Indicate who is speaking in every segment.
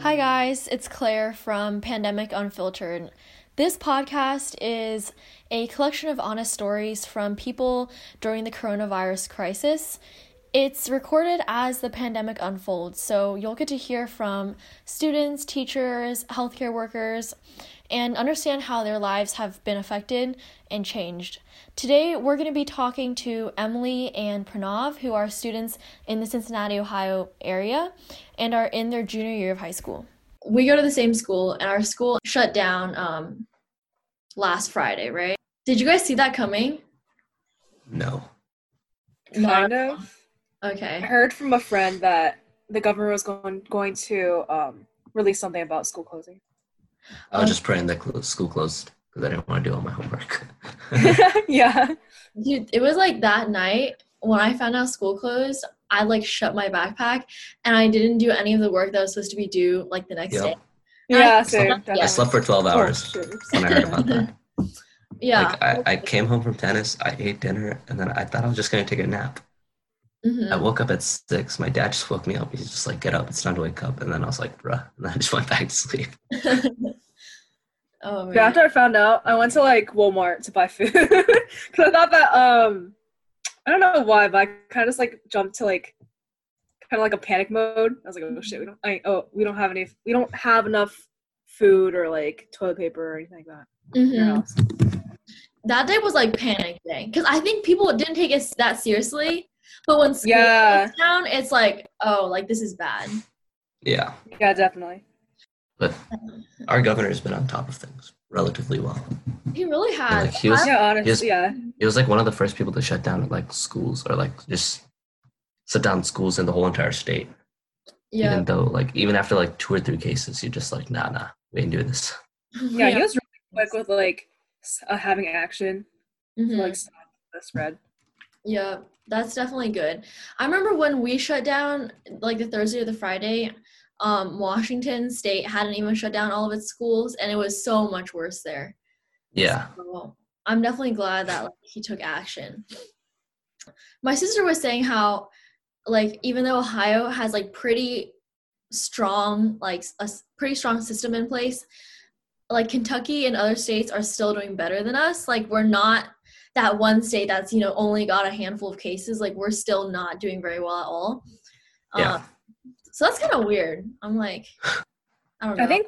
Speaker 1: Hi, guys. It's Claire from Pandemic Unfiltered. This podcast is a collection of honest stories from people during the coronavirus crisis. It's recorded as the pandemic unfolds, so you'll get to hear from students, teachers, healthcare workers, and understand how their lives have been affected and changed. Today, we're going to be talking to Emily and Pranav, who are students in the Cincinnati, Ohio area and are in their junior year of high school. We go to the same school, and our school shut down um, last Friday, right? Did you guys see that coming?
Speaker 2: No.
Speaker 1: Not-
Speaker 3: Kind of. I
Speaker 1: Okay.
Speaker 3: heard from a friend that the governor was going going to um, release something about school closing.
Speaker 2: I was just praying that cl- school closed because I didn't want to do all my homework.
Speaker 3: yeah.
Speaker 1: Dude, it was like that night when I found out school closed, I like shut my backpack and I didn't do any of the work that was supposed to be due like the next
Speaker 2: Yep.
Speaker 1: day.
Speaker 3: Yeah,
Speaker 2: slept-
Speaker 3: same.
Speaker 2: I
Speaker 1: Yeah.
Speaker 2: slept for 12 hours
Speaker 3: Oh, shoot.
Speaker 2: when I heard about that.
Speaker 1: Yeah.
Speaker 2: Like, I, I came home from tennis, I ate dinner, and then I thought I was just going to take a nap.
Speaker 1: Mhm.
Speaker 2: I woke up at 6. My dad just woke me up. He's just like, get up, it's time to wake up. And then I was like, bruh. And then I just went back to sleep.
Speaker 1: oh,
Speaker 3: Yeah,
Speaker 1: man.
Speaker 3: after I found out, I went to like Walmart to buy food because I thought that um, I don't know why, but I kind of just like jumped to like kind of like a panic mode. I was like, oh shit, we don't, I, oh, we don't have any, we don't have enough food or like toilet paper or anything like that. in your
Speaker 1: Mhm.
Speaker 3: house.
Speaker 1: That day was like panic day because I think people didn't take it s- that seriously. But when school
Speaker 3: Yeah.
Speaker 1: goes down, it's like, oh, like this is bad.
Speaker 2: Yeah.
Speaker 3: Yeah, definitely.
Speaker 2: But our governor's been on top of things relatively well.
Speaker 1: He really has.
Speaker 2: Like, he was-
Speaker 3: Yeah, honestly, yeah.
Speaker 2: He was like one of the first people to shut down like schools or like just shut down schools in the whole entire state.
Speaker 1: yeah.
Speaker 2: Even though like even after like two or three cases, you're just like, nah, nah, we ain't doing this.
Speaker 3: Yeah, he was really quick with like s- uh, having action to
Speaker 1: Mhm.
Speaker 3: like stop the spread.
Speaker 1: Yeah, that's definitely good. I remember when we shut down, like the Thursday or the Friday, um, Washington State hadn't even shut down all of its schools, and it was so much worse there.
Speaker 2: Yeah.
Speaker 1: So I'm definitely glad that like, he took action. My sister was saying how, like, even though Ohio has like pretty strong, like s- a s- pretty strong system in place, like Kentucky and other states are still doing better than us. Like, we're not that one state that's you know only got a handful of cases. Like, we're still not doing very well at all.
Speaker 2: Yeah.
Speaker 1: Um, so that's kind of weird. I'm like, I don't know.
Speaker 3: I think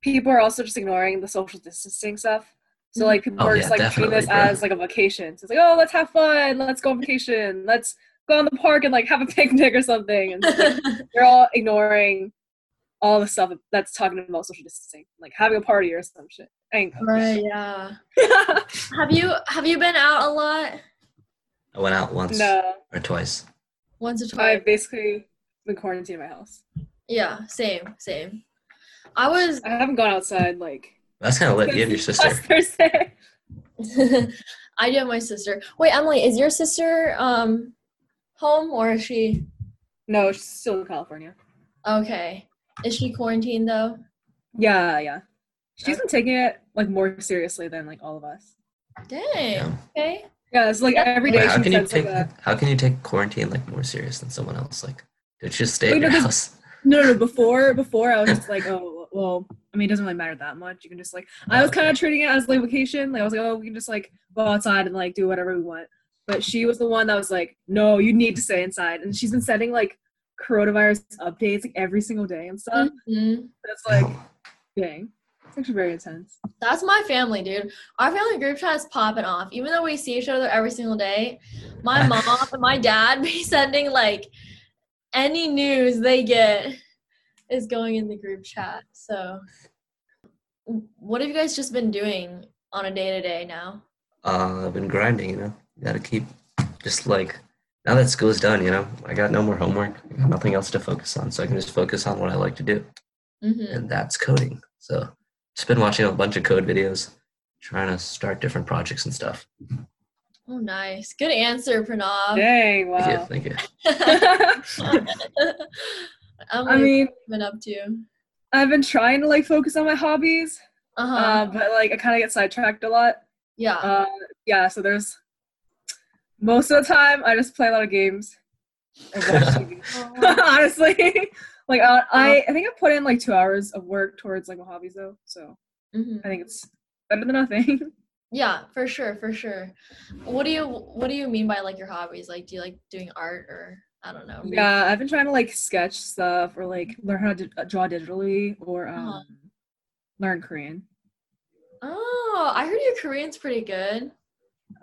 Speaker 3: people are also just ignoring the social distancing stuff. So like people
Speaker 2: Oh,
Speaker 3: are
Speaker 2: yeah,
Speaker 3: just like treating
Speaker 2: definitely,
Speaker 3: this
Speaker 2: bro.
Speaker 3: as like a vacation. So it's like, oh, let's have fun, let's go on vacation, let's go in the park and like have a picnic or something. And it's like, they're all ignoring all the stuff that's talking about social distancing, like having a party or some shit. I ain't going.
Speaker 1: right? Yeah. Have you have you been out a lot?
Speaker 2: I went out once
Speaker 3: no,
Speaker 2: or twice.
Speaker 1: Once or
Speaker 3: I
Speaker 1: twice.
Speaker 3: basically been quarantined in my house.
Speaker 1: Yeah, same, same. I was
Speaker 3: I haven't gone outside like
Speaker 2: That's kind of lit. You have your sister.
Speaker 3: last Thursday.
Speaker 1: I do have my sister. Wait, Emily, is your sister um home or is she
Speaker 3: No, she's still in California.
Speaker 1: okay. Is she quarantined though?
Speaker 3: Yeah, yeah. She's been taking it like more seriously than like all of us.
Speaker 1: Dang.
Speaker 2: Yeah.
Speaker 1: Okay.
Speaker 3: Yeah, it's like every day
Speaker 2: Wait, how
Speaker 3: she
Speaker 2: can you
Speaker 3: sends like uh,
Speaker 2: take
Speaker 3: a
Speaker 2: how can you take quarantine like more serious than someone else? Like, dude, just stay
Speaker 3: Wait,
Speaker 2: in
Speaker 3: no,
Speaker 2: your
Speaker 3: this-
Speaker 2: house.
Speaker 3: no, no. Before, before I was just like, oh, well. I mean, it doesn't really matter that much. You can just like, I was kind of treating it as like vacation. Like I was like, oh, we can just like go outside and like do whatever we want. But she was the one that was like, no, you need to stay inside. And she's been sending like coronavirus updates like every single day and stuff.
Speaker 1: Mhm.
Speaker 3: That's like, dang, it's actually very intense.
Speaker 1: That's my family, dude. Our family group chat is popping off. Even though we see each other every single day, my mom and my dad be sending like any news they get is going in the group chat. So, what have you guys just been doing on a day to day now?
Speaker 2: uh, I've been grinding. You know, gotta keep just like now that school's done. You know, I got no more homework. I got nothing else to focus on, so I can just focus on what I like to do,
Speaker 1: Mm-hmm.
Speaker 2: and that's coding. So, just been watching a bunch of code videos, trying to start different projects and stuff.
Speaker 1: Oh, nice. Good answer,
Speaker 3: Um,
Speaker 1: Pranav.
Speaker 3: Dang,
Speaker 2: Thank
Speaker 3: wow.
Speaker 2: you. Thank you.
Speaker 1: I'm
Speaker 3: I mean,
Speaker 1: been up to.
Speaker 3: I've been trying to like focus on my hobbies,
Speaker 1: Uh huh.
Speaker 3: uh, but like I kind of get sidetracked a lot.
Speaker 1: yeah.
Speaker 3: Uh, yeah, so there's uh, most of the time I just play a lot of games and watch TV. Honestly, Like uh, I, I think I put in like two hours of work towards like my hobbies though, so
Speaker 1: Mm-hmm.
Speaker 3: I think it's better than nothing.
Speaker 1: Yeah, for sure, for sure. What do you what do you mean by like your hobbies? Like do you like doing art or I don't know. read-
Speaker 3: yeah, I've been trying to like sketch stuff or like learn how to d- draw digitally or um
Speaker 1: Uh-huh.
Speaker 3: learn Korean.
Speaker 1: Oh, I heard your Korean's pretty good.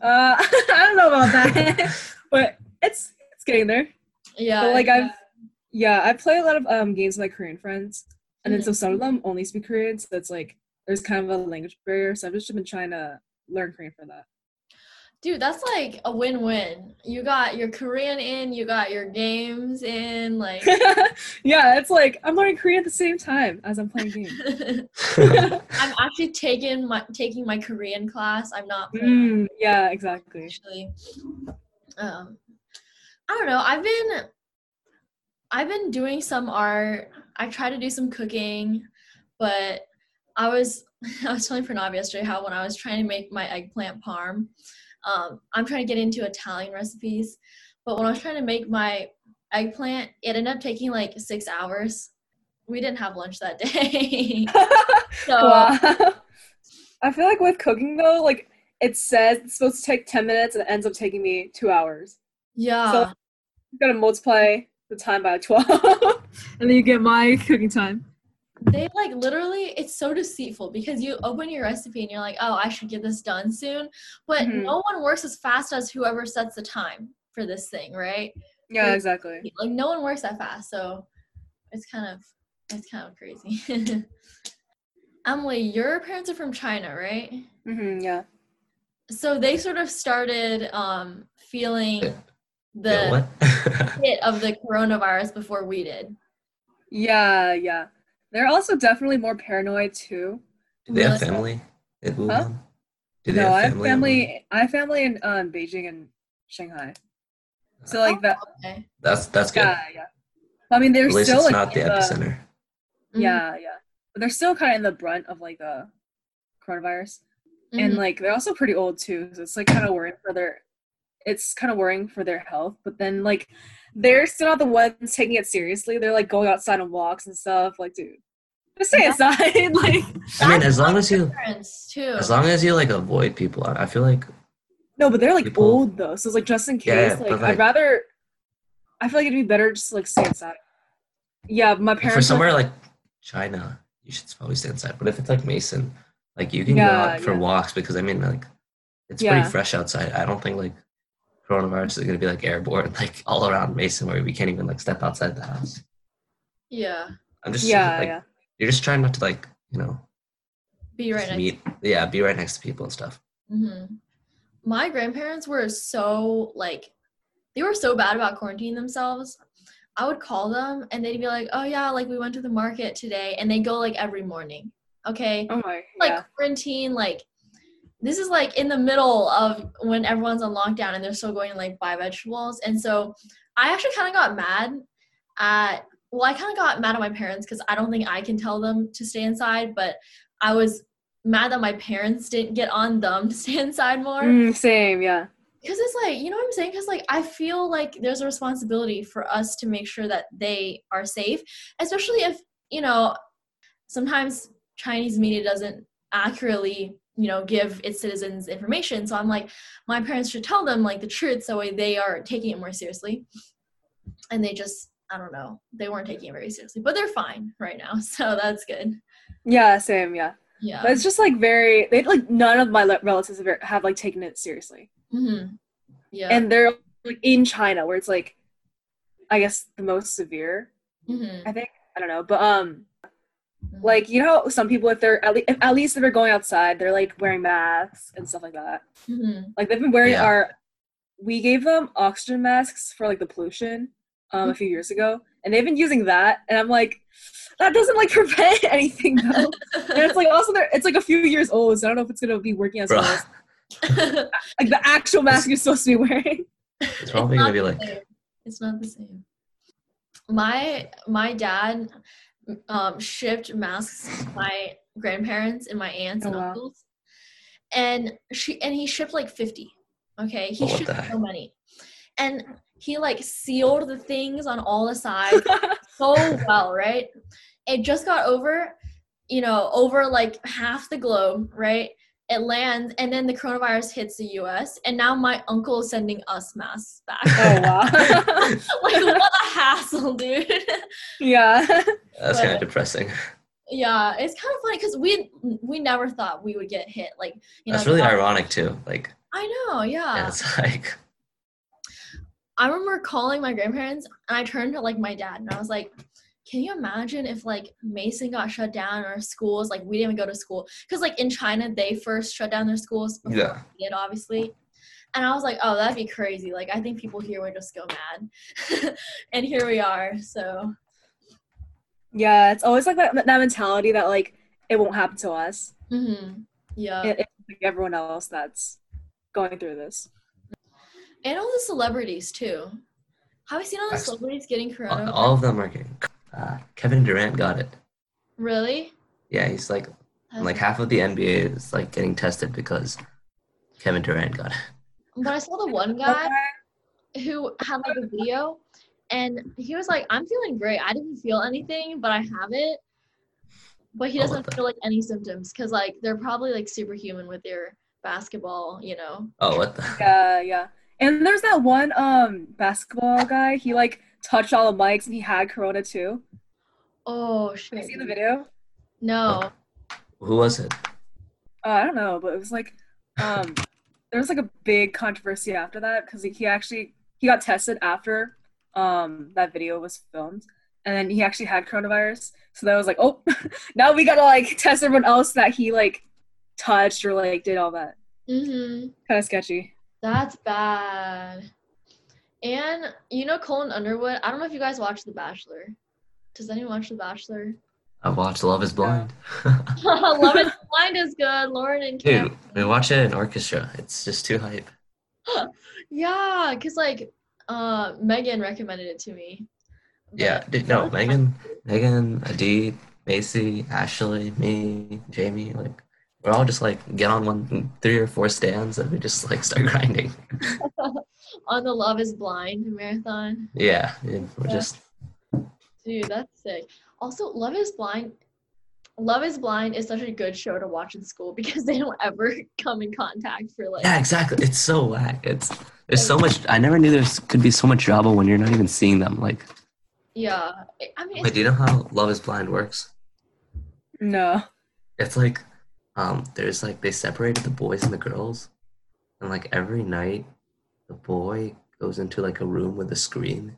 Speaker 3: Uh, I don't know about that, but it's it's getting there.
Speaker 1: Yeah.
Speaker 3: But like
Speaker 1: yeah.
Speaker 3: I've yeah, I play a lot of um games with my Korean friends, and then
Speaker 1: Mhm.
Speaker 3: so some of them only speak Korean, so it's like there's kind of a language barrier. So I've just been trying to learn Korean for that.
Speaker 1: Dude, that's like a win-win. You got your Korean in, you got your games in, like
Speaker 3: yeah, it's like I'm learning Korean at the same time as I'm playing games.
Speaker 1: I'm actually taking my taking my Korean class. I'm not playing
Speaker 3: Mm, yeah, exactly.
Speaker 1: actually. Um, I don't know. I've been I've been doing some art. I try to do some cooking, but I was I was telling Pranav yesterday how when I was trying to make my eggplant parm, um, I'm trying to get into Italian recipes, but when I was trying to make my eggplant, it ended up taking like six hours. We didn't have lunch that day, so
Speaker 3: wow. I feel like with cooking though, like it says it's supposed to take ten minutes and it ends up taking me two hours.
Speaker 1: yeah.
Speaker 3: So you gotta multiply the time by twelve, and then you get my cooking time.
Speaker 1: they like literally it's so deceitful because you open your recipe and you're like oh i should get this done soon but
Speaker 3: Mhm.
Speaker 1: no one works as fast as whoever sets the time for this thing right
Speaker 3: Yeah, exactly.
Speaker 1: like no one works that fast so it's kind of it's kind of crazy emily your parents are from china right
Speaker 3: hmm yeah.
Speaker 1: so they sort of started um feeling
Speaker 2: Yeah.
Speaker 1: the
Speaker 2: Yeah, what?
Speaker 1: hit of the coronavirus before we did
Speaker 3: Yeah, yeah. They're also definitely more paranoid too.
Speaker 2: Do they have
Speaker 1: Melissa.
Speaker 2: family in Wuhan? Do they
Speaker 3: no, I
Speaker 2: have
Speaker 3: have
Speaker 2: family? in Wuhan?
Speaker 3: family. I have family in um, Beijing and Shanghai. So like that.
Speaker 1: okay
Speaker 2: Oh, That's that's good.
Speaker 3: Yeah, yeah. I mean, they're
Speaker 2: At least
Speaker 3: still
Speaker 2: it's
Speaker 3: like,
Speaker 2: not the
Speaker 3: in the,
Speaker 2: epicenter.
Speaker 1: Mhm,
Speaker 3: yeah, yeah. But they're still kind of in the brunt of like the coronavirus, and
Speaker 2: Mm-hmm.
Speaker 1: mhm.
Speaker 3: like they're also pretty old too. So it's like kind of worrying for their. It's kind of worrying for their health, but then like they're still not the ones taking it seriously. They're like going outside on walks and stuff. Like, dude, just stay
Speaker 1: Yeah.
Speaker 3: inside. like,
Speaker 2: I mean,
Speaker 1: That's
Speaker 2: as long as you
Speaker 1: parents too
Speaker 2: as long as you like avoid people, I I feel like
Speaker 3: No, but they're like
Speaker 2: People-
Speaker 3: old though, so it's like just in
Speaker 2: Yeah,
Speaker 3: case.
Speaker 2: but,
Speaker 3: like,
Speaker 2: like-
Speaker 3: I'd rather. I feel like it'd be better just to, like stay inside. Yeah, my parents.
Speaker 2: for
Speaker 3: like-
Speaker 2: somewhere like China, you should probably stay inside. But if it's like Mason, like you can go
Speaker 3: Yeah,
Speaker 2: out for
Speaker 3: yeah.
Speaker 2: walks because I mean like it's
Speaker 3: Yeah.
Speaker 2: pretty fresh outside. I don't think like coronavirus is gonna be like airborne like all around Mason where we can't even like step outside the house.
Speaker 1: yeah
Speaker 2: I'm just
Speaker 3: yeah,
Speaker 2: like
Speaker 3: yeah,
Speaker 2: you're just trying not to like you know
Speaker 1: be right
Speaker 2: just
Speaker 1: next
Speaker 2: meet yeah be right next to people and stuff.
Speaker 1: hmm My grandparents were so like, they were so bad about quarantining themselves. I would call them and they'd be like, "Oh yeah, like we went to the market today," and they go like every morning. Okay,
Speaker 3: Oh my,
Speaker 1: like
Speaker 3: yeah,
Speaker 1: quarantine, like this is like in the middle of when everyone's on lockdown and they're still going to like buy vegetables. And so I actually kind of got mad at well, I kind of got mad at my parents because I don't think I can tell them to stay inside, but I was mad that my parents didn't get on them to stay inside more
Speaker 3: Mm, same, yeah,
Speaker 1: because it's like you know what i'm saying because like i feel like there's a responsibility for us to make sure that they are safe especially if you know sometimes chinese media doesn't accurately you know give its citizens information so i'm like my parents should tell them like the truth so they are taking it more seriously and they just i don't know they weren't taking it very seriously but they're fine right now so that's good
Speaker 3: yeah, same, yeah.
Speaker 1: yeah
Speaker 3: But it's just like very. They like none of my le- relatives have, have like taken it seriously,
Speaker 1: hmm yeah
Speaker 3: and they're like in China where it's like, I guess the most severe.
Speaker 1: Mhm.
Speaker 3: I think I don't know, but um,
Speaker 1: Mhm.
Speaker 3: like you know, how some people if they're at, le- if, at least if they're going outside, they're like wearing masks and stuff like that.
Speaker 1: Mhm.
Speaker 3: Like they've been wearing
Speaker 2: Yeah.
Speaker 3: our we gave them oxygen masks for like the pollution um a few years ago and they've been using that and I'm like that doesn't like prevent anything though. and
Speaker 1: Mm-hmm.
Speaker 3: it's like also they're, it's like a few years old, so I don't know if it's gonna be working as well
Speaker 2: Bruh.
Speaker 3: as like the actual mask you're supposed to be wearing.
Speaker 2: It's probably
Speaker 1: not
Speaker 2: gonna be like
Speaker 1: same. It's not the same. My my dad um, shipped masks to my grandparents and my aunts
Speaker 3: Oh,
Speaker 1: and
Speaker 3: wow.
Speaker 1: uncles, and she and he shipped like fifty. Okay, he
Speaker 2: Oh, what
Speaker 1: shipped
Speaker 2: the heck? Oh,
Speaker 1: so many, and he like sealed the things on all the sides. so well, right? It just got over, you know, over like half the globe, right? It lands, and then the coronavirus hits the U.S. And now my uncle is sending us masks back.
Speaker 3: Oh wow.
Speaker 1: like what a hassle, dude.
Speaker 3: yeah.
Speaker 2: That's kind of depressing.
Speaker 1: yeah, it's kind of funny because we we never thought we would get hit. Like you know, Ah.
Speaker 2: That's really
Speaker 1: the-
Speaker 2: ironic too. Like,
Speaker 1: I know.
Speaker 2: yeah,
Speaker 1: Yeah.
Speaker 2: it's like
Speaker 1: I remember calling my grandparents and I turned to like my dad and I was like, can you imagine if like Mason got shut down or schools like we didn't even go to school because like in China they first shut down their schools before
Speaker 2: Yeah.
Speaker 1: we did obviously, and I was like oh that'd be crazy like I think people here would just go mad, and here we are so
Speaker 3: Yeah, it's always like that, that mentality that like it won't happen to us.
Speaker 1: mhm,
Speaker 2: Uh.
Speaker 1: yeah
Speaker 3: It- it's like everyone else that's going through this.
Speaker 1: and all the celebrities too. Have you seen all the
Speaker 2: I've-
Speaker 1: celebrities getting
Speaker 2: Uh,
Speaker 1: corona?
Speaker 2: all of them are getting. Uh, Kevin Durant got it.
Speaker 1: really?
Speaker 2: Yeah, he's like like half of the NBA is like getting tested because Kevin Durant got it.
Speaker 1: But Um, I saw the one guy who had like a video and he was like, I'm feeling great. I didn't feel anything, but I have it. But he
Speaker 2: Oh, what
Speaker 1: doesn't
Speaker 2: the-
Speaker 1: feel like any symptoms because like they're probably like superhuman with their basketball, you know.
Speaker 2: Oh, what the?
Speaker 3: Yeah, yeah. And there's that one um basketball guy. He like touched all the mics and he had corona too.
Speaker 1: Oh
Speaker 3: Have
Speaker 1: shit.
Speaker 3: you seen the video?
Speaker 1: No.
Speaker 2: Who was it?
Speaker 3: Uh, I don't know, but it was like um there was like a big controversy after that because he actually he got tested after um that video was filmed and then he actually had coronavirus. So that was like, oh, now we gotta like test everyone else that he like touched or like did all that.
Speaker 1: Mm-hmm.
Speaker 3: Kind of sketchy.
Speaker 1: That's bad. And you know Colin Underwood? I don't know if you guys watch The Bachelor. Does anyone watch The Bachelor?
Speaker 2: I watched Love Is Blind.
Speaker 1: Love is Blind is good. Lauren and Cam.
Speaker 2: Dude, we watch it in orchestra. It's just too hype.
Speaker 1: Yeah, cause like uh Megan recommended it to me.
Speaker 2: Yeah,
Speaker 1: But-
Speaker 2: dude, no, Megan, Megan, Adi, Macy, Ashley, me, Jamie, like we're all just like get on one, three or four stands, and we just like start grinding.
Speaker 1: on the Love is Blind marathon.
Speaker 2: Yeah, dude, we're just
Speaker 1: Dude, that's sick. Also, Love is Blind Love is Blind is such a good show to watch in school because they don't ever come in contact for like
Speaker 2: yeah, exactly. It's so whack. It's there's so much. I never knew there could be so much drama when you're not even seeing them. Like,
Speaker 1: yeah. I mean
Speaker 2: wait,
Speaker 1: it's,
Speaker 2: do you know how Love Is Blind works?
Speaker 3: No.
Speaker 2: It's like, um, there's like they separated the boys and the girls, and like every night, the boy goes into like a room with a screen,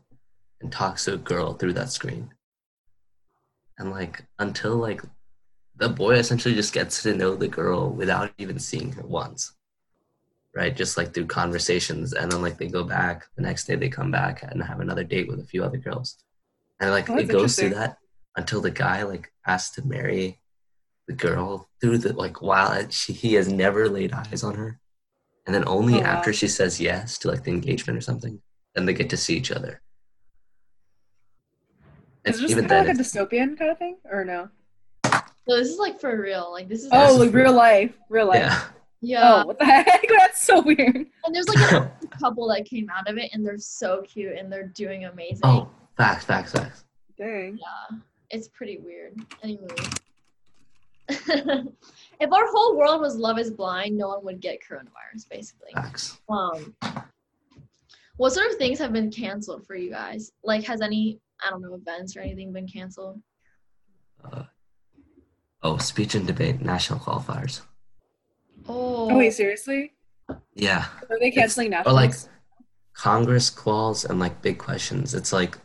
Speaker 2: and talks to a girl through that screen. And like until like, the boy essentially just gets to know the girl without even seeing her once, right? Just like through conversations, and then like they go back the next day, they come back and have another date with a few other girls, and like
Speaker 3: Oh,
Speaker 2: it
Speaker 3: that's
Speaker 2: goes through
Speaker 3: interesting.
Speaker 2: that until the guy like has to marry the girl through the like while she he has never laid eyes on her and then only
Speaker 3: Oh, wow.
Speaker 2: after she says yes to like the engagement or something then they get to see each other and
Speaker 3: Is it just
Speaker 2: even
Speaker 3: kind of
Speaker 2: then
Speaker 3: like a
Speaker 2: it's,
Speaker 3: dystopian kind of thing, or no?
Speaker 1: no, this is like for real. Like this is
Speaker 2: Yes.
Speaker 3: Oh, like real life, real life.
Speaker 2: yeah
Speaker 1: yeah.
Speaker 3: Oh, what the heck? That's so weird.
Speaker 1: And there's like a couple that came out of it and they're so cute and they're doing amazing.
Speaker 2: oh facts facts facts
Speaker 3: Dang.
Speaker 1: Yeah, it's pretty weird. Anyway. if our whole world was love is blind, no one would get coronavirus, basically.
Speaker 2: facts
Speaker 1: Um, what sort of things have been canceled for you guys? Like, has any, I don't know, events or anything been canceled?
Speaker 2: uh, oh speech and debate national qualifiers
Speaker 1: Oh,
Speaker 3: Oh, wait, seriously?
Speaker 2: yeah
Speaker 3: Are they canceling
Speaker 2: or
Speaker 3: nationals?
Speaker 2: like congress quals and like big questions it's like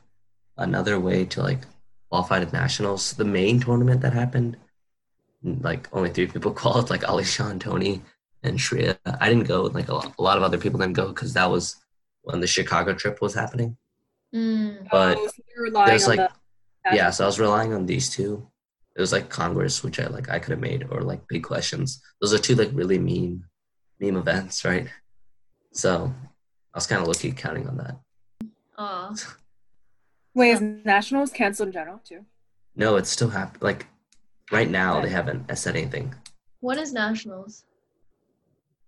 Speaker 2: another way to like qualify to nationals the main tournament that happened like only three people qualified like ali sean tony and shreya i didn't go like a lot, a lot of other people didn't go because that was when the chicago trip was happening
Speaker 1: Mm,
Speaker 2: but
Speaker 3: oh, so you're relying
Speaker 2: there's
Speaker 3: on
Speaker 2: like
Speaker 3: the
Speaker 2: yeah so i was relying on these two it was like congress which i like i could have made or like big questions those are two like really meme meme events right so i was kind of lucky counting on that
Speaker 1: aw.
Speaker 3: Wait, is nationals canceled in general too?
Speaker 2: No, it's still happening. Like right now, they haven't said anything.
Speaker 1: When is Nationals?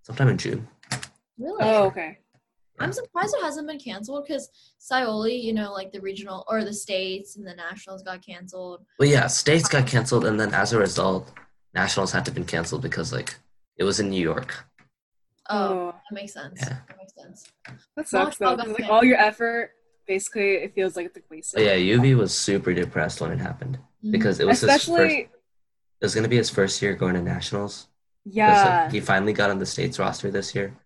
Speaker 2: Sometime in June.
Speaker 1: Really?
Speaker 3: Oh, okay.
Speaker 1: I'm surprised it hasn't been canceled because Scioli, you know, like the regional or the states and the nationals got canceled.
Speaker 2: Well, yeah, states got canceled, and then as a result, nationals had to been canceled because like it was in New York.
Speaker 1: Oh, that makes sense.
Speaker 2: Yeah.
Speaker 1: That makes sense.
Speaker 3: That sucks though.
Speaker 1: Montreal
Speaker 3: 'cause, Like
Speaker 1: got
Speaker 3: all your effort, basically, it feels like it's like wasted.
Speaker 2: But Oh, yeah, UV was super depressed when it happened because it was his first.
Speaker 3: Mm-hmm. Especially,
Speaker 2: It was gonna be his first year going to nationals. 'Cause, like,
Speaker 3: yeah.
Speaker 2: he finally got on the states roster this year.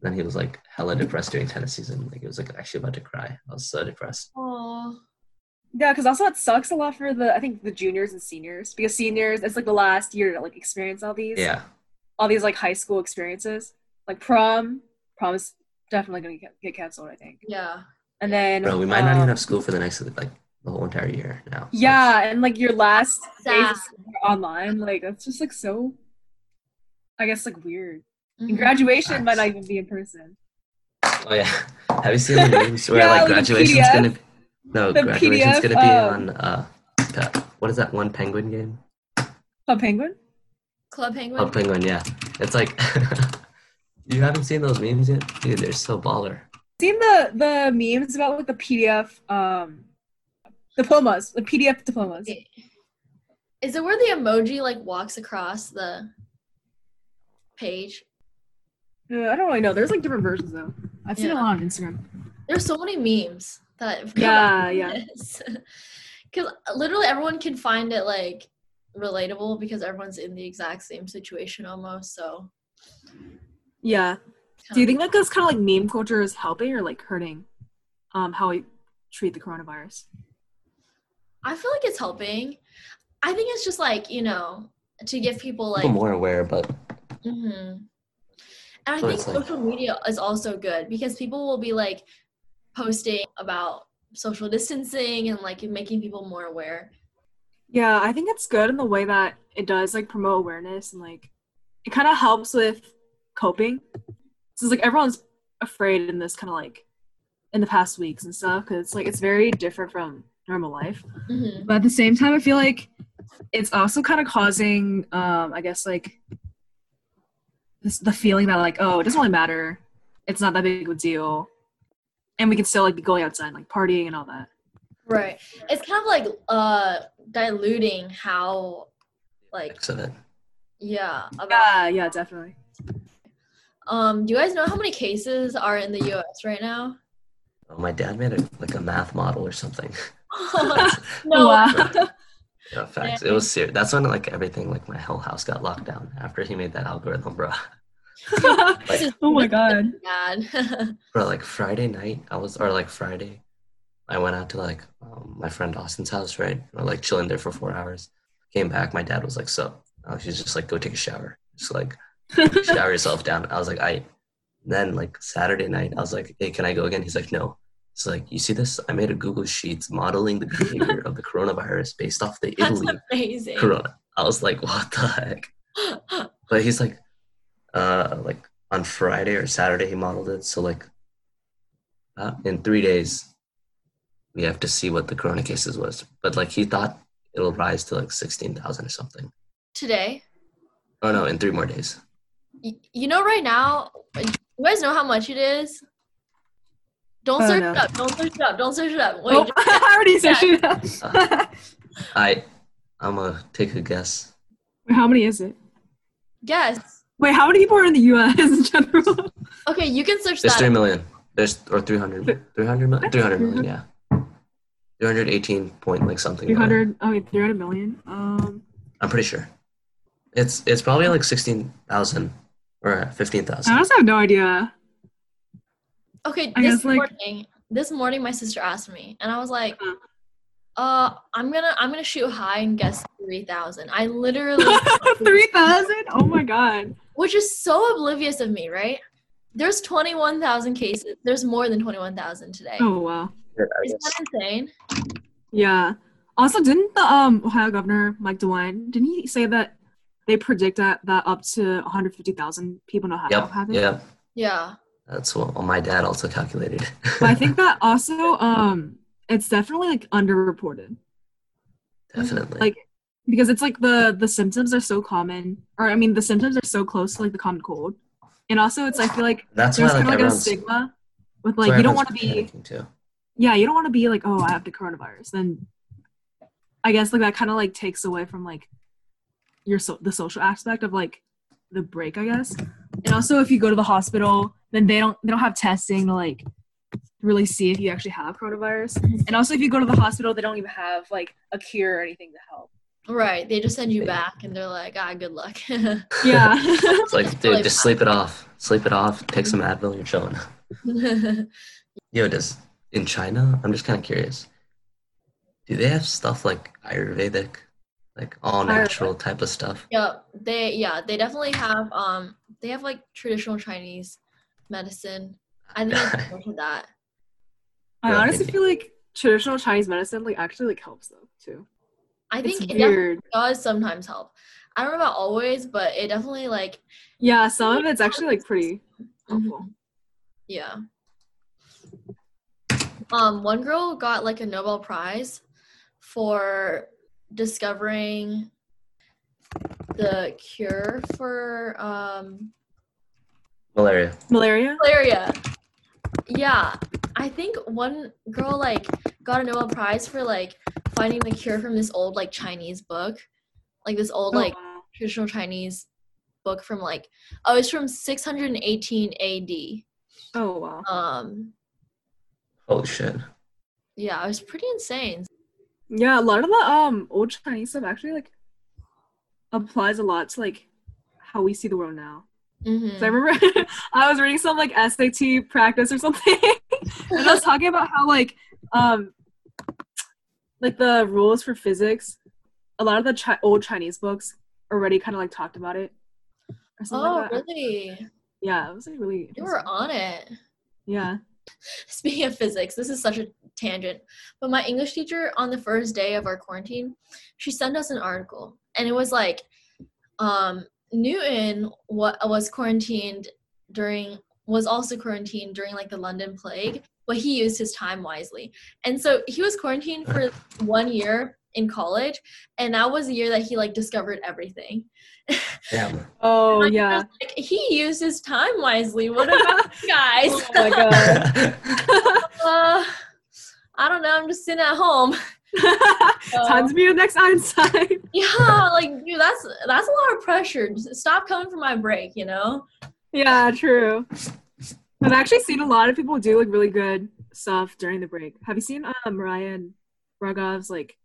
Speaker 2: Then he was like hella depressed during tennis season. Like he was like actually about to cry. I was so depressed.
Speaker 1: Oh,
Speaker 3: Yeah, because also it sucks a lot for the I think the juniors and seniors because seniors it's like the last year to like experience all these
Speaker 2: Yeah,
Speaker 3: all these like high school experiences like prom prom is definitely gonna get, get canceled I think
Speaker 1: yeah.
Speaker 3: and then
Speaker 2: bro, we might not even
Speaker 3: um,
Speaker 2: have school for the next like the whole entire year now.
Speaker 3: yeah and like your last days
Speaker 1: Sad.
Speaker 3: of school are online like that's just like so I guess like weird and
Speaker 1: Mhm.
Speaker 3: graduation might
Speaker 2: Facts.
Speaker 3: not even be in person
Speaker 2: Oh yeah. Have you seen the memes where
Speaker 3: Yeah,
Speaker 2: like
Speaker 3: like the
Speaker 2: graduation's
Speaker 3: PDF.
Speaker 2: gonna be, no
Speaker 3: The
Speaker 2: graduation's
Speaker 3: PDF,
Speaker 2: gonna be
Speaker 3: um,
Speaker 2: on uh pe- what is that one penguin game?
Speaker 3: Club Oh, Penguin
Speaker 1: Club Penguin.
Speaker 2: Oh penguin, yeah. It's like you haven't seen those memes yet, dude. They're so baller.
Speaker 3: seen the the memes about like the PDF um diplomas the PDF diplomas
Speaker 1: Is it where the emoji like walks across the page?
Speaker 3: Yeah, Uh, I don't really know. There's like different versions though. I've
Speaker 1: seen a
Speaker 3: lot on Instagram.
Speaker 1: There's so many memes that have come
Speaker 3: Yeah,
Speaker 1: out
Speaker 3: yeah.
Speaker 1: Because literally everyone can find it like relatable because everyone's in the exact same situation almost. So
Speaker 3: Yeah.
Speaker 1: kinda-
Speaker 3: Do you think that this kind of like meme culture is helping or like hurting um how we treat the coronavirus?
Speaker 1: I feel like it's helping. I think it's just like you know to give people like
Speaker 2: People more aware, but
Speaker 1: Mhm. And I
Speaker 2: So
Speaker 1: think
Speaker 2: it's like-
Speaker 1: social media is also good because people will be like posting about social distancing and like making people more aware.
Speaker 3: Yeah, I think it's good in the way that it does like promote awareness and like it kind of helps with coping. So it's like everyone's afraid in this kind of like in the past weeks and stuff because it's like it's very different from normal life.
Speaker 1: Mhm.
Speaker 3: but at the same time i feel like it's also kind of causing um i guess like this, the feeling that like oh it doesn't really matter it's not that big of a deal and we can still like be going outside and, like partying and all that
Speaker 1: Right. It's kind of like uh diluting how like
Speaker 2: so that
Speaker 1: yeah about
Speaker 3: yeah yeah definitely
Speaker 1: um do you guys know how many cases are in the US right now?
Speaker 2: oh, my dad made a like a math model or something.
Speaker 1: no.
Speaker 3: Oh, wow.
Speaker 2: Yeah, facts. It was serious. That's when like everything like my whole house got locked down after he made that algorithm, bro.
Speaker 1: This is
Speaker 3: oh my god
Speaker 1: bad.
Speaker 2: Bro, like Friday night, I was, or like Friday, I went out to like um, my friend Austin's house, right? We're like chilling there for four hours. Came back, my dad was like, "So," I was just like, "Go take a shower." Just like shower yourself down. I was like, "I." Then like Saturday night, I was like, "Hey, can I go again?" He's like, "No." It's like, "You see this? I made a Google Sheets modeling the behavior of the coronavirus based off the
Speaker 1: That's
Speaker 2: Italy
Speaker 1: amazing.
Speaker 2: corona." I was like, "What the heck?" But he's like, uh, like on Friday or Saturday he modeled it. So like, uh, in three days, we have to see what the corona cases was. But like he thought it'll rise to like sixteen thousand or something.
Speaker 1: Today
Speaker 2: Oh no, in three more days.
Speaker 1: Y- you know right now you guys know how much it is don't
Speaker 3: I
Speaker 1: search it
Speaker 3: don't know.
Speaker 1: up don't search it up don't search it up Wait,
Speaker 3: oh, i already said shoot up.
Speaker 2: I, I'm gonna take a guess.
Speaker 3: Wait, how many is it
Speaker 1: guess
Speaker 3: wait how many people are in the us in general
Speaker 1: okay you can search
Speaker 2: There's
Speaker 1: that
Speaker 2: three
Speaker 1: up.
Speaker 2: million. There's or 300, 300 million, 300 million, yeah. 318 point like something. million.
Speaker 3: 300 oh wait 300 million um
Speaker 2: I'm pretty sure. It's it's probably like 16,000 or 15,000.
Speaker 3: i honestly have no idea
Speaker 1: okay
Speaker 3: I
Speaker 1: this
Speaker 3: guess, like-
Speaker 1: morning this morning my sister asked me and i was like
Speaker 3: Uh-huh.
Speaker 1: uh i'm gonna i'm gonna shoot high and guess 3000 i literally
Speaker 3: 3000 oh my god
Speaker 1: which is so oblivious of me right there's 21000 cases there's more than 21000 today
Speaker 3: oh wow
Speaker 2: I
Speaker 1: isn't
Speaker 2: guess.
Speaker 1: that insane
Speaker 3: Yeah. Also, didn't the um Ohio Governor Mike DeWine didn't he say that they predict that, that up to 150,000 people in Ohio
Speaker 2: Yep.
Speaker 3: have it?
Speaker 2: Yep.
Speaker 1: yeah
Speaker 2: That's what well, my dad also calculated.
Speaker 3: But I think that also um it's definitely like underreported
Speaker 2: Definitely.
Speaker 3: like- because it's like the the symptoms are so common or I mean the symptoms are so close to like the common cold, and also it's I feel like
Speaker 2: that's why
Speaker 3: there's
Speaker 2: like
Speaker 3: kind of like a
Speaker 2: everyone's
Speaker 3: stigma with like you
Speaker 2: everyone's
Speaker 3: don't want to be
Speaker 2: panicking, too.
Speaker 3: yeah you don't want to be like oh I have the coronavirus then I guess like that kind of like takes away from like your so the social aspect of like the break I guess and also if you go to the hospital then they don't they don't have testing to like really see if you actually have coronavirus and also if you go to the hospital they don't even have like a cure or anything to help
Speaker 1: Right. They just send you back and they're like, ah, good luck.
Speaker 3: yeah
Speaker 2: It's like, dude, just sleep it off. Sleep it off. Take some
Speaker 3: Mm-hmm.
Speaker 2: Advil. You're chilling. Yo, does in China? I'm just kind of curious. Do they have stuff like Ayurvedic, like all natural type of stuff?
Speaker 1: Yep. They yeah, they definitely have um they have like traditional Chinese medicine. I think I go to that.
Speaker 3: I
Speaker 2: Yeah,
Speaker 3: honestly
Speaker 2: maybe.
Speaker 3: feel like traditional Chinese medicine like actually like helps though too.
Speaker 1: I think
Speaker 3: it's
Speaker 1: it definitely
Speaker 3: weird.
Speaker 1: does sometimes help. I don't know about always, but it definitely like
Speaker 3: Yeah, some of it's actually like pretty
Speaker 1: Mm-hmm.
Speaker 3: helpful.
Speaker 1: yeah. Um one girl got like a Nobel Prize for discovering the cure for um
Speaker 2: Malaria.
Speaker 3: Malaria?
Speaker 1: malaria. Yeah, I think one girl like got a Nobel Prize for like finding the cure from this old like Chinese book, like this old like
Speaker 3: Oh, wow.
Speaker 1: traditional Chinese book from like oh it's from 618 A.D.
Speaker 3: Oh wow.
Speaker 1: Um,
Speaker 2: Holy shit.
Speaker 1: yeah, it was pretty insane.
Speaker 3: Yeah, a lot of the um old Chinese stuff actually like applies a lot to like how we see the world now.
Speaker 1: Mhm.
Speaker 3: 'Cause I remember I was reading some like SAT practice or something, and I was talking about how like um like the rules for physics, a lot of the chi- old Chinese books already kind of like talked about it. Or something
Speaker 1: Oh
Speaker 3: like that.
Speaker 1: really?
Speaker 3: Yeah, it was like really.
Speaker 1: You
Speaker 3: interesting.
Speaker 1: were on it.
Speaker 3: Yeah.
Speaker 1: Speaking of physics, this is such a tangent, but my English teacher on the first day of our quarantine, she sent us an article, and it was like, um, Newton wa- was quarantined during was also quarantined during like the London plague, but he used his time wisely, and so he was quarantined for one year in college, and that was the year that he like discovered everything.
Speaker 2: Damn.
Speaker 3: Oh
Speaker 1: Like,
Speaker 3: yeah.
Speaker 1: Like, he used his time wisely. What about you guys?
Speaker 3: Oh my god.
Speaker 1: Uh, I don't know. I'm just sitting at home. So-
Speaker 3: Time to be the next Einstein.
Speaker 1: yeah, like dude, that's that's a lot of pressure. Just stop coming for my break, you know?
Speaker 3: yeah, true. I've actually seen a lot of people do like really good stuff during the break. Have you seen um Mariah and Rogov's like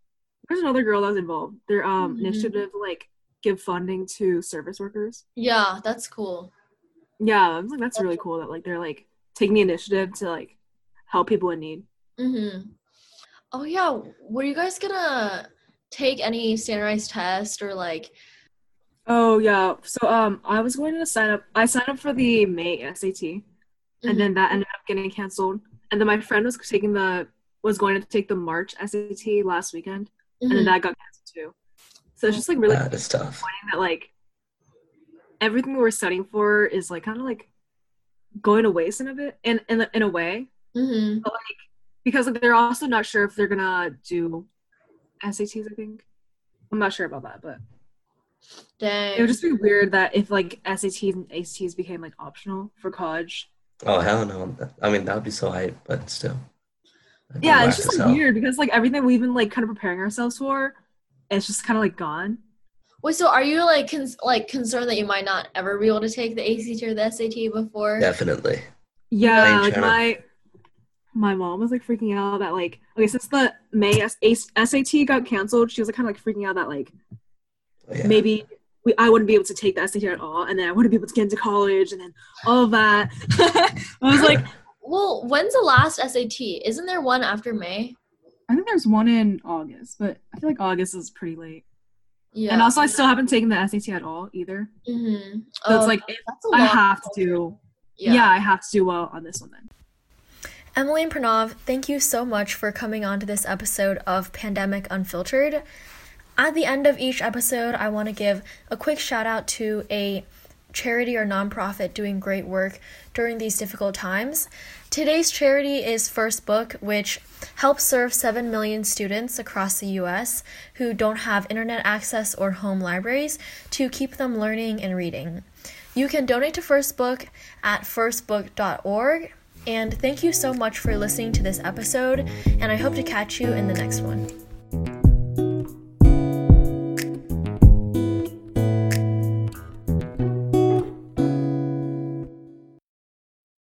Speaker 3: there's another girl that was involved. Their um
Speaker 1: Mhm.
Speaker 3: initiative to, like give funding to service workers.
Speaker 1: Yeah, that's cool.
Speaker 3: Yeah, I was like that's really cool that like they're like taking the initiative to like help people in need.
Speaker 1: Mhm. Oh yeah, were you guys gonna take any standardized test or like?
Speaker 3: Oh yeah. So um I was going to sign up I signed up for the May SAT. and then that ended up getting canceled. And then my friend was taking the was going to take the March SAT last weekend,
Speaker 1: Mhm,
Speaker 3: and then
Speaker 1: mhm.
Speaker 3: that got canceled too. So it's just like really
Speaker 2: That is tough.
Speaker 3: disappointing that like everything we were studying for is like kind of like going to waste in a bit, in in in a way,
Speaker 1: Mhm.
Speaker 3: but like because like, they're also not sure if they're gonna do SATs. I think I'm not sure about that, but
Speaker 1: Dang.
Speaker 3: it would just be weird that if like SATs and ACTs became like optional for college.
Speaker 2: Oh hell no. I mean that would be so hype, but still. That'd be
Speaker 3: yeah it's
Speaker 2: whack
Speaker 3: just
Speaker 2: as
Speaker 3: like
Speaker 2: hell.
Speaker 3: weird because like everything we've been like kind of preparing ourselves for it's just kind of like gone
Speaker 1: Wait, so are you like cons- like concerned that you might not ever be able to take the ACT or the SAT before?
Speaker 2: Definitely.
Speaker 3: yeah
Speaker 2: Plain
Speaker 3: like
Speaker 2: China.
Speaker 3: my my mom was like freaking out that like okay since the may S- A- sat got canceled she was like kind of like freaking out that like
Speaker 2: But Oh, yeah.
Speaker 3: maybe we, i wouldn't be able to take the sat at all and then i wouldn't be able to get into college and then all of that i was like
Speaker 1: Well, when's the last SAT? Isn't there one after May?
Speaker 3: i think there's one in august but i feel like august is pretty late
Speaker 1: Yeah.
Speaker 3: and also i still haven't taken the sat at all either
Speaker 1: Mm-hmm.
Speaker 3: so it's like if
Speaker 1: that's a
Speaker 3: i
Speaker 1: lot.
Speaker 3: have to do yeah. i have to do well on this one then
Speaker 1: Emily and Pranav, thank you so much for coming on to this episode of Pandemic Unfiltered. At the end of each episode, I want to give a quick shout out to a charity or nonprofit doing great work during these difficult times. Today's charity is First Book, which helps serve 7 million students across the US who don't have internet access or home libraries to keep them learning and reading. You can donate to First Book at firstbook.org And thank you so much for listening to this episode, and I hope to catch you in the next one.